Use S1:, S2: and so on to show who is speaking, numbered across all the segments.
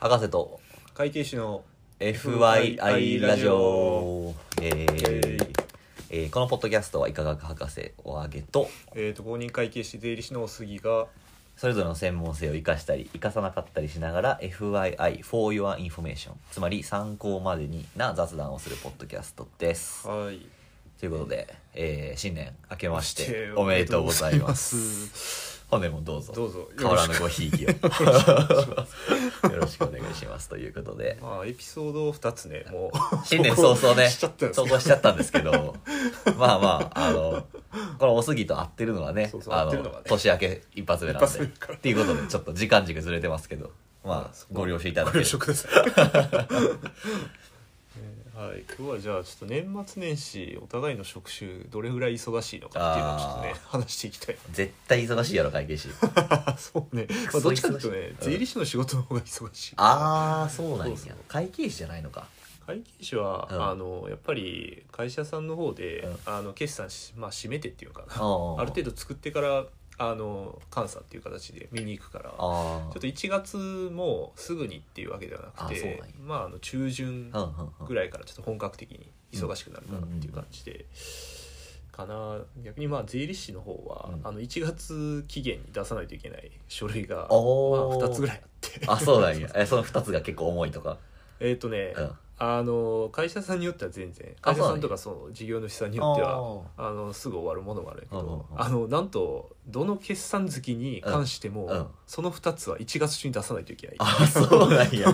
S1: 博士と
S2: 会計士の
S1: FYI ラジオイエーイ
S2: イエーイ
S1: えーこのポッドキャストは医科学博士を挙げと
S2: えーと公認会計士税理士の杉が
S1: それぞれの専門性を生かしたり生かさなかったりしながら FYI for your information つまり参考までにな雑談をするポッドキャストです
S2: はい
S1: ということで、えー新年明けましておめでとうございます 本年もどうぞ
S2: どうぞ
S1: 変わらぬごひい きをよろしくお願いしますということで
S2: まあエピソード2つねもう
S1: 新年早々ね、
S2: しちゃったよ
S1: 投稿しちゃったんですけ ど、まあまあ、あの、これおすぎと合ってるのはね、
S2: そうそう
S1: あ
S2: 合ってる
S1: の
S2: のがね
S1: 年明け一発目なんで。
S2: 一発目から
S1: っていうことで、ちょっと時間軸ずれてますけど、まあ、ご了承いただけ
S2: ご
S1: る
S2: 了承くださいえーはい、今日はじゃあちょっと年末年始お互いの職種どれぐらい忙しいのかっていうのをちょっとね話していきたい
S1: 絶対忙しいやろ、会 計士。
S2: そうね、ま
S1: ソ
S2: あ、どっちかというとね
S1: 忙しい
S2: 税理士の仕事の方が忙しい
S1: あー、そうなんや
S2: そうそう。
S1: 会計士じゃないのか。
S2: 会計士は、
S1: うん
S2: あのやっぱり会社さんの方で、
S1: うん
S2: あの決算し、まあ、締めてっていうかな
S1: あー
S2: ある程度作ってからあの監査っていう形で見に行くからちょ
S1: あ
S2: っ
S1: ー。
S2: と1月もすぐにっていうわけではなく
S1: あそうなん
S2: て
S1: や
S2: まああの中旬
S1: うんうんうん
S2: ぐらいからちょっと本格的に忙しくなるかなっていう感じで。かな逆にまあ税理士の方は、
S1: うん
S2: あの1月期限に出さないといけない書類が、まあ、
S1: おー
S2: 2つぐらいあって
S1: あ、そうなんや。え、その二つが結構重いとか。
S2: えっ、とね、
S1: うん
S2: あの会社さんによっては全然
S1: あ
S2: 会
S1: そう
S2: 社
S1: なんや
S2: さんとかその事業主さんによって
S1: あ
S2: はあのすぐ終わるものがあるんやけど、
S1: うんうんうん
S2: あのなんとどの決算月に関して
S1: う
S2: も、
S1: んうん
S2: その2つは1月中に出さないといけない
S1: あ、ー、そうなんや。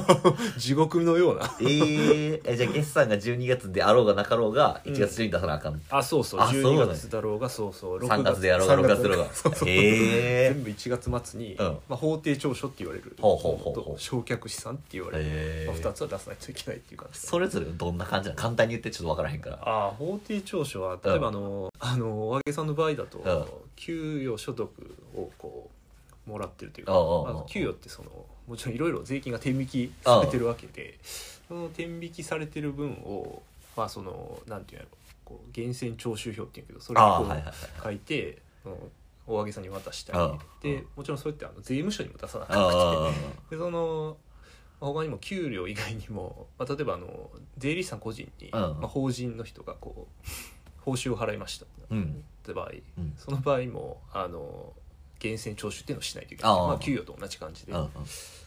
S2: 地獄のような
S1: えー、えじゃあ決算が12月であろうがなかろうが、1月中に出さなあかん。
S2: あそうそう
S1: あそう
S2: 12
S1: なんや
S2: 月だろうがそうそう
S1: 3月でやろうが
S2: 3
S1: 6月でやろうが
S2: そうそう
S1: へ
S2: 全部1月末に、
S1: うん
S2: まあ、法定調書って言われる
S1: ほうほうほうほう
S2: と償却資産って言われる、
S1: え
S2: まあ、2つは出さないといけないっていう感じ
S1: それぞれどんな感じなの簡単に言ってちょっと分からへんから
S2: ああ法定調書は例えば
S1: う
S2: あの、あのお揚げさんの場合だと、
S1: うん
S2: 給与所得をこうもらってるというか、
S1: うんうんうん
S2: まあ給与ってそのもちろんいろいろ税金が転引きされてるわけで、その転引きされてる分をまあそのなんていうんやろこう源泉徴収票っていうんやけどそれを
S1: ああ
S2: こ
S1: はいはいはいう
S2: 書いて、そのお揚げさんに渡した
S1: うん
S2: り
S1: う
S2: でもちろんそうやってあの税務署にも出さなくて
S1: あ
S2: でそのまあ他にも給料以外にも、 まあ、例えばあの税理士さん個人に、
S1: うん
S2: まあ、法人の人がこう 報酬を払いました
S1: あうん
S2: って場合、
S1: うん
S2: その場合もあの源泉徴収っていうのをしないといけない
S1: ああ
S2: まあ、給与と同じ感じで、
S1: うんうん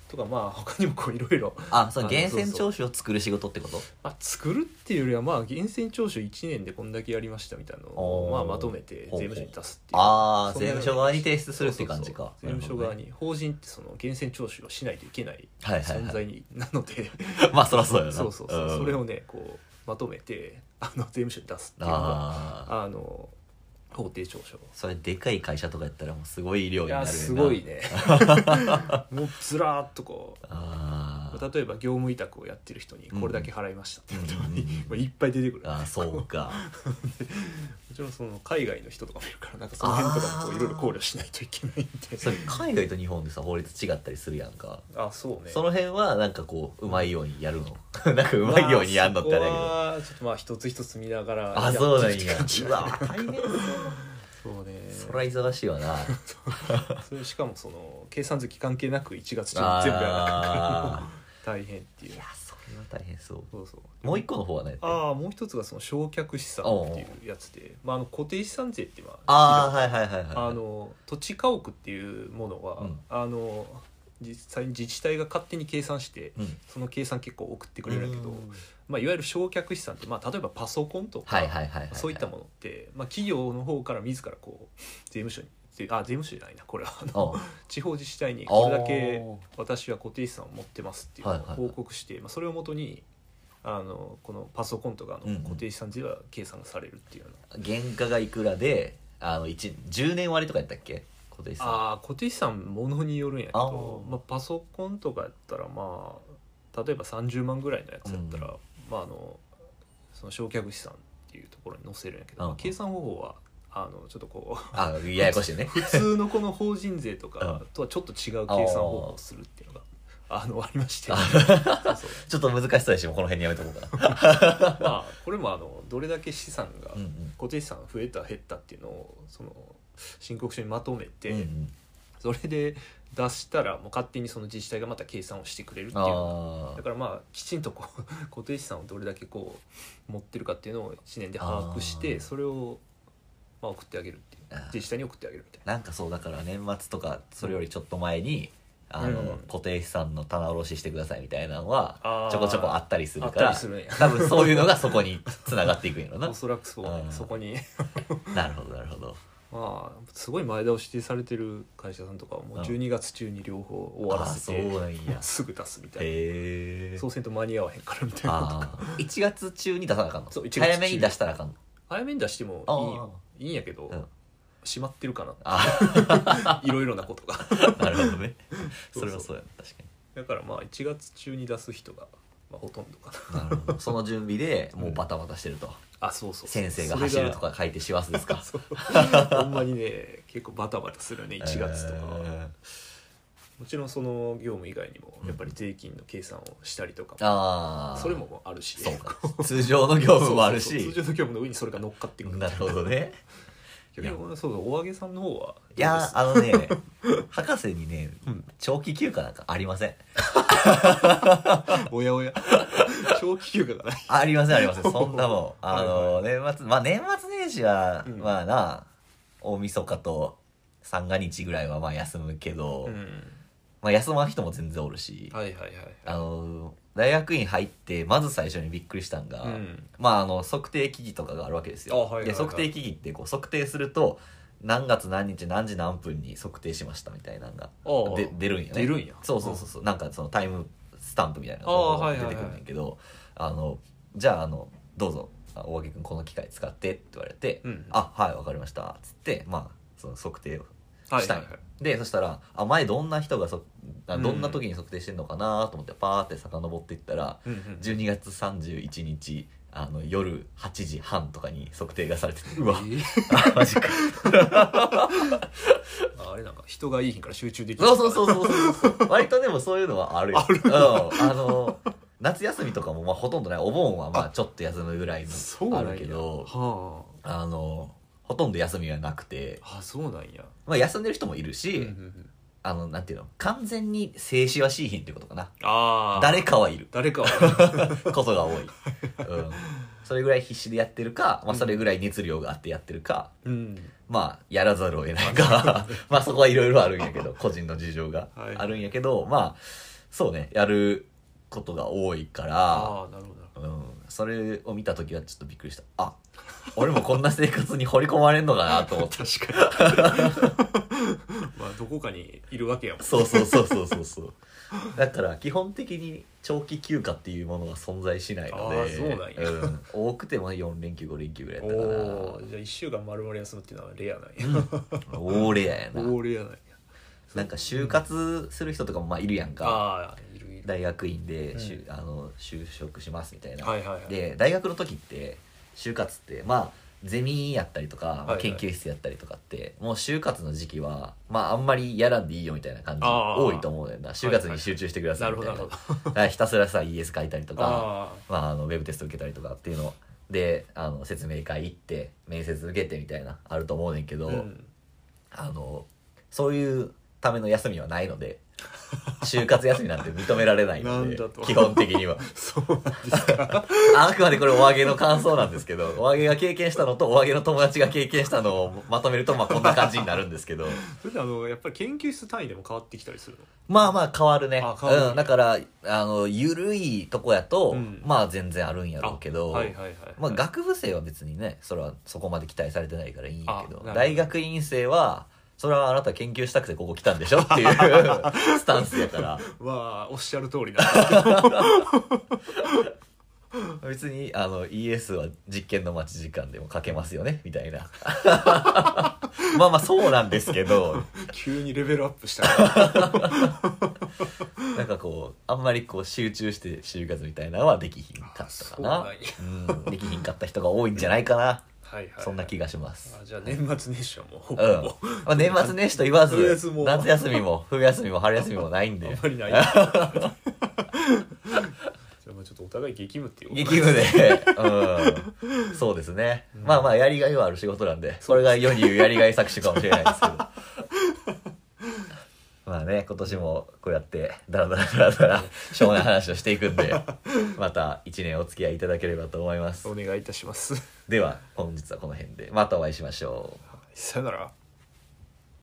S2: とかまあ他にもこういろいろ、
S1: あその源泉徴収を作る仕事ってこと
S2: まあ、作るっていうよりはまあ源泉徴収1年でこんだけやりましたみたいなの
S1: お
S2: を
S1: ー
S2: まあ、まとめて税務署に出すっていう
S1: ああ
S2: そん
S1: 税
S2: なよう
S1: 務
S2: な
S1: 署側に提出するっていう感じか
S2: そうそうそう税務署側
S1: に
S2: に法人ってその源泉徴収をしないといけない
S1: はいはい
S2: 存
S1: はい
S2: 在になので、
S1: まあそりゃそうやな
S2: そうそうそう、
S1: ん
S2: それをねこうまとめてあの税務署に出すっていうのが
S1: ああ
S2: あの法定調書
S1: それでかい会社とかやったらもうすごい量
S2: い
S1: になるよな
S2: やすごい ねもうずらーっとこう
S1: ああ
S2: 例えば業務委託をやってる人にこれだけ払いましたってこと
S1: うん
S2: に、 まあ、いっぱい出てくるも
S1: ああそう か
S2: ちろんその海外の人とかもいるからなんかその辺とかもこういろいろ考慮しないといけないんで
S1: それ海外と日本でさ法律違ったりするやんか
S2: あそうね
S1: その辺はなんかこううまいようにやるの なんかうまいようにやんのってあれやけど
S2: まあそこはちょっとまあ一つ一つ見ながら
S1: あそうなん
S2: やっていく
S1: や
S2: 感じ
S1: うわ大変そう
S2: そうね
S1: そりゃ忙しいわな
S2: それしかもその計算好き関係なく1月中に全部やらなあかんから
S1: あ
S2: 大変ってい
S1: ー
S2: う
S1: いやそれは大変そ
S2: そうそう
S1: うもう一個の方はねあ
S2: ああもう一つがその焼却資産っていうやつで、まあ、あの固定資産税ってま
S1: あー
S2: あ
S1: はいはいはいはい
S2: あの土地家屋っていうものは、
S1: うん
S2: あの実際に自治体が勝手に計算して
S1: うん
S2: その計算結構送ってくれるんだけど
S1: うん、
S2: まあ、いわゆる焼却資産って、まあ、例えばパソコンとか、
S1: はいはいはいは
S2: そういったも
S1: の
S2: のって、まあ、企業の方から自らこう税務署に税あ税務署じゃないなこれはあ
S1: お
S2: の
S1: う
S2: 地方自治体に
S1: お
S2: こ
S1: ー
S2: れだけ私は固定資産を持ってますっていうのを
S1: はいはいはい
S2: 報告して、まあ、それをもとにあのこのパソコンとか
S1: うんう
S2: の
S1: ん
S2: 固定資産税は計算がされるっていうような、
S1: 原価がいくらであの一10年割とかやったっけ固定資産
S2: ああ固定資産ものによるんやけ
S1: あ
S2: ど
S1: ー
S2: まあ、パソコンとかやったらまあ例えば30万ぐらいのやつやったら、
S1: うん
S2: まあ、あのその焼却資産っていうところに載せるんやけど、
S1: うん
S2: まあ計算方法はあのちょっとこう
S1: あ ややこしいね
S2: 普通のこの法人税とか
S1: うん
S2: とはちょっと違う計算方法をするっていうのがあのありまして
S1: あ
S2: そうそう
S1: ちょっと難しそうやしもうこの辺にやめとこうか な
S2: まあこれもあのどれだけ資産が
S1: うんうん
S2: 固定資産が増えた減ったっていうのをその申告書にまとめて、
S1: うんうん
S2: それで出したらもう勝手にその自治体がまた計算をしてくれるっていう
S1: あ
S2: だからまあきちんとこう 固定資産をどれだけこう持ってるかっていうのを1年で把握し
S1: あ
S2: て
S1: ー
S2: それをまあ送ってあげるっていう
S1: あー
S2: 自治体に送ってあげるみたい
S1: なんかそうだから年末とかそれよりちょっと前にあの、
S2: うん
S1: 固定資産の棚卸ししてくださいみたいなのは
S2: あー
S1: ちょこちょこあったりす
S2: なあ
S1: る
S2: っ
S1: か
S2: た
S1: ら
S2: り するんや
S1: 多分そういうのがそこにつながっていくんやろな
S2: おそらくそうね
S1: うん
S2: そこに
S1: なるほどなるほど
S2: まあすごい前倒しでされてる会社さんとかはもう
S1: うん
S2: 12月中に両方終わらせ
S1: あーそう
S2: て
S1: なんや
S2: すぐ出すみたいな
S1: へえ
S2: そうせんと間に合わへんからみたいな
S1: ああ1月 中に出さなあかんの
S2: そう1月中
S1: 早めに出したらあかんの
S2: 早めに出してもいいよいいんやけど、
S1: うん
S2: 閉まってるかな
S1: あ
S2: いろいろなことが
S1: あなるほどね
S2: そうそう
S1: それはそうやな確かに
S2: だからまあ1月中に出す人が、まあ、ほとんどかな
S1: なるほどその準備でもうバタバタしてると、
S2: あそうそう
S1: 先生が走るとか書いて師走ですか
S2: それがそうほんまにね結構バタバタするね1月とかは、
S1: えー
S2: もちろんその業務以外にもやっぱり税金の計算をしたりとかも、
S1: ああ
S2: それもあるし
S1: そうか通常の業務もある
S2: そうそうそう
S1: し
S2: 通常の業務の上にそれが乗っかってくる
S1: なるほど ね
S2: いやそうそうお揚げさんの方はどう
S1: い
S2: です
S1: やーあの ね博士にね、
S2: うん
S1: 長期休暇なんかありません
S2: おやおや 長期休暇がない
S1: ありませんあり ませんそんなもん
S2: は
S1: あ
S2: い
S1: の年末まあ年末年始は、
S2: うん
S1: まあな大晦日と三が日ぐらいはまあ休むけど、
S2: うん
S1: まあ休まん人も全然おるし、
S2: はいはいはい
S1: あの大学院入ってまず最初にびっくりしたんが、
S2: うん
S1: まああの測定機器とかがあるわけですよ、
S2: あはいはいはい
S1: で測定機器ってこう測定すると何月何日何時何分に測定しましたみたいなのが
S2: ああ
S1: で出るんやね
S2: 出るんや
S1: そうそうそうそうなんかそのタイムスタンプみたいな
S2: ああ
S1: の
S2: は
S1: が
S2: いはい
S1: 出
S2: は
S1: て
S2: い
S1: くるんやけどあ,、のじゃああのどうぞあ大垣君この機械使ってって言われて「
S2: うん
S1: あはいわかりました」っつってまあその測定を
S2: はい
S1: した
S2: はい
S1: ん
S2: は
S1: よ
S2: い
S1: でそしたらあ前どんな人がそあ
S2: うん
S1: どんな時に測定してんのかなと思ってパーって遡っていったら、
S2: うんうん
S1: 12月31日あの夜8時半とかに測定がされててうわ あマジか
S2: ああれなんか人がいい日から集中でき
S1: そうそう
S2: う
S1: そうそうそうそう割とでもそういうのはあるようん、あの夏休みとかもまあほとんどないお盆はまあちょっと休むぐらい
S2: そう
S1: の
S2: な
S1: あ
S2: んや
S1: るけど
S2: は
S1: あのほとんど休みはなくて、
S2: ああそうなんや
S1: まあ、休んでる人もいるし、
S2: うんうんうん
S1: あのなんていうの完全に静止はしいひんってことかな
S2: ああ
S1: 誰かはいる
S2: 誰か は
S1: ことが多い、 うん、それぐらい必死でやってるか、まあ、それぐらい熱量があってやってるか、
S2: うん
S1: まあやらざるを得ない かまあそこはいろいろあるんやけど 個人の事情が
S2: はい
S1: あるんやけど、まあそうねやることが多いから、
S2: ああなるほ
S1: う
S2: どな
S1: ん、それを見た時はちょっとびっくりしたあ俺もこんな生活に掘り込まれんのかなと思って
S2: 確かに まあどこかにいるわけやもん
S1: そうそうそうそうそうそうだから基本的に長期休暇っていうものが存在しないので
S2: あーそうなんや
S1: うん多くても4連休5連休ぐらいやった
S2: お
S1: か
S2: おじゃあ1週間丸々休むっていうのはレアなんや
S1: ら大レアやな
S2: 大レアなんや
S1: なんか就活する人とかもまあいるやんか
S2: ああいるいる
S1: 大学院で、
S2: うん
S1: しゅあの就職しますみたいな、
S2: はいはいはい
S1: で大学の時って就活ってまあゼミやったりとか、まあ
S2: はいはい
S1: 研究室やったりとかってもう就活の時期はまああんまりやらんでいいよみたいな感じ
S2: あー
S1: 多いと思うねんな就活に集中してくださ
S2: ないる
S1: み
S2: ほ
S1: たい
S2: ど
S1: な,、
S2: なるほど
S1: だ からひたすらさ ES 書いたりとか
S2: あ
S1: まあ、あのウェブテスト受けたりとかっていうのであの説明会行って面接受けてみたいなあると思うねんけ
S2: あ
S1: ど、
S2: うん
S1: あのそういうための休みはないので 就活休みなんて認められないので
S2: なんだと
S1: 基本的には
S2: そうなんですか
S1: ああくまでこれお揚げの感想なんですけどお揚げが経験したのとお揚げの友達が経験したのをまとめるとまあこんな感じになるんですけど
S2: それであのやっぱり研究室単位でも変わってきたりするの
S1: まあまあ変わるね
S2: あ変わるね
S1: うん、だからあの緩いとこやと、
S2: うん
S1: まあ全然あるんやろうけど、
S2: あはいはいはいはい
S1: まあ、学部生は別にねそれはそこまで期待されてないからいいんやけど
S2: あなるほど
S1: 大学院生はそれはあなた研究したくてここ来たんでしょっていう スタンスやから
S2: まあおっしゃる通りなんで すけど
S1: 別にあの ES は実験の待ち時間でも書けますよねみたいな まあまあそうなんですけど
S2: 急にレベルアップしたから
S1: なんかこうあんまりこう集中して就活みたいなのはできひんかったかな
S2: あそう
S1: うんできひんかった人が多いんじゃないかな
S2: はいはい
S1: そんな気がします
S2: あじゃあ年末年始はもうほ
S1: うん、
S2: ぼ、
S1: まあ、年末年始と言わず
S2: とりあえずもう
S1: 夏休みも冬休みも春休みもないん
S2: あん
S1: で
S2: まりな いじゃあまあちょっとお互い激務っていうこと
S1: 激務で、うん、そうですね、まあまあやりがいはある 仕事なんでそれが世に言うやりがい作詞かもしれないですけどまあね今年もこうやってダラダラダラダラしょうもない話をしていくんでまた1年お付き合いいただければと思います
S2: お願いいたします
S1: では本日はこの辺でまたお会いしましょう
S2: さよなら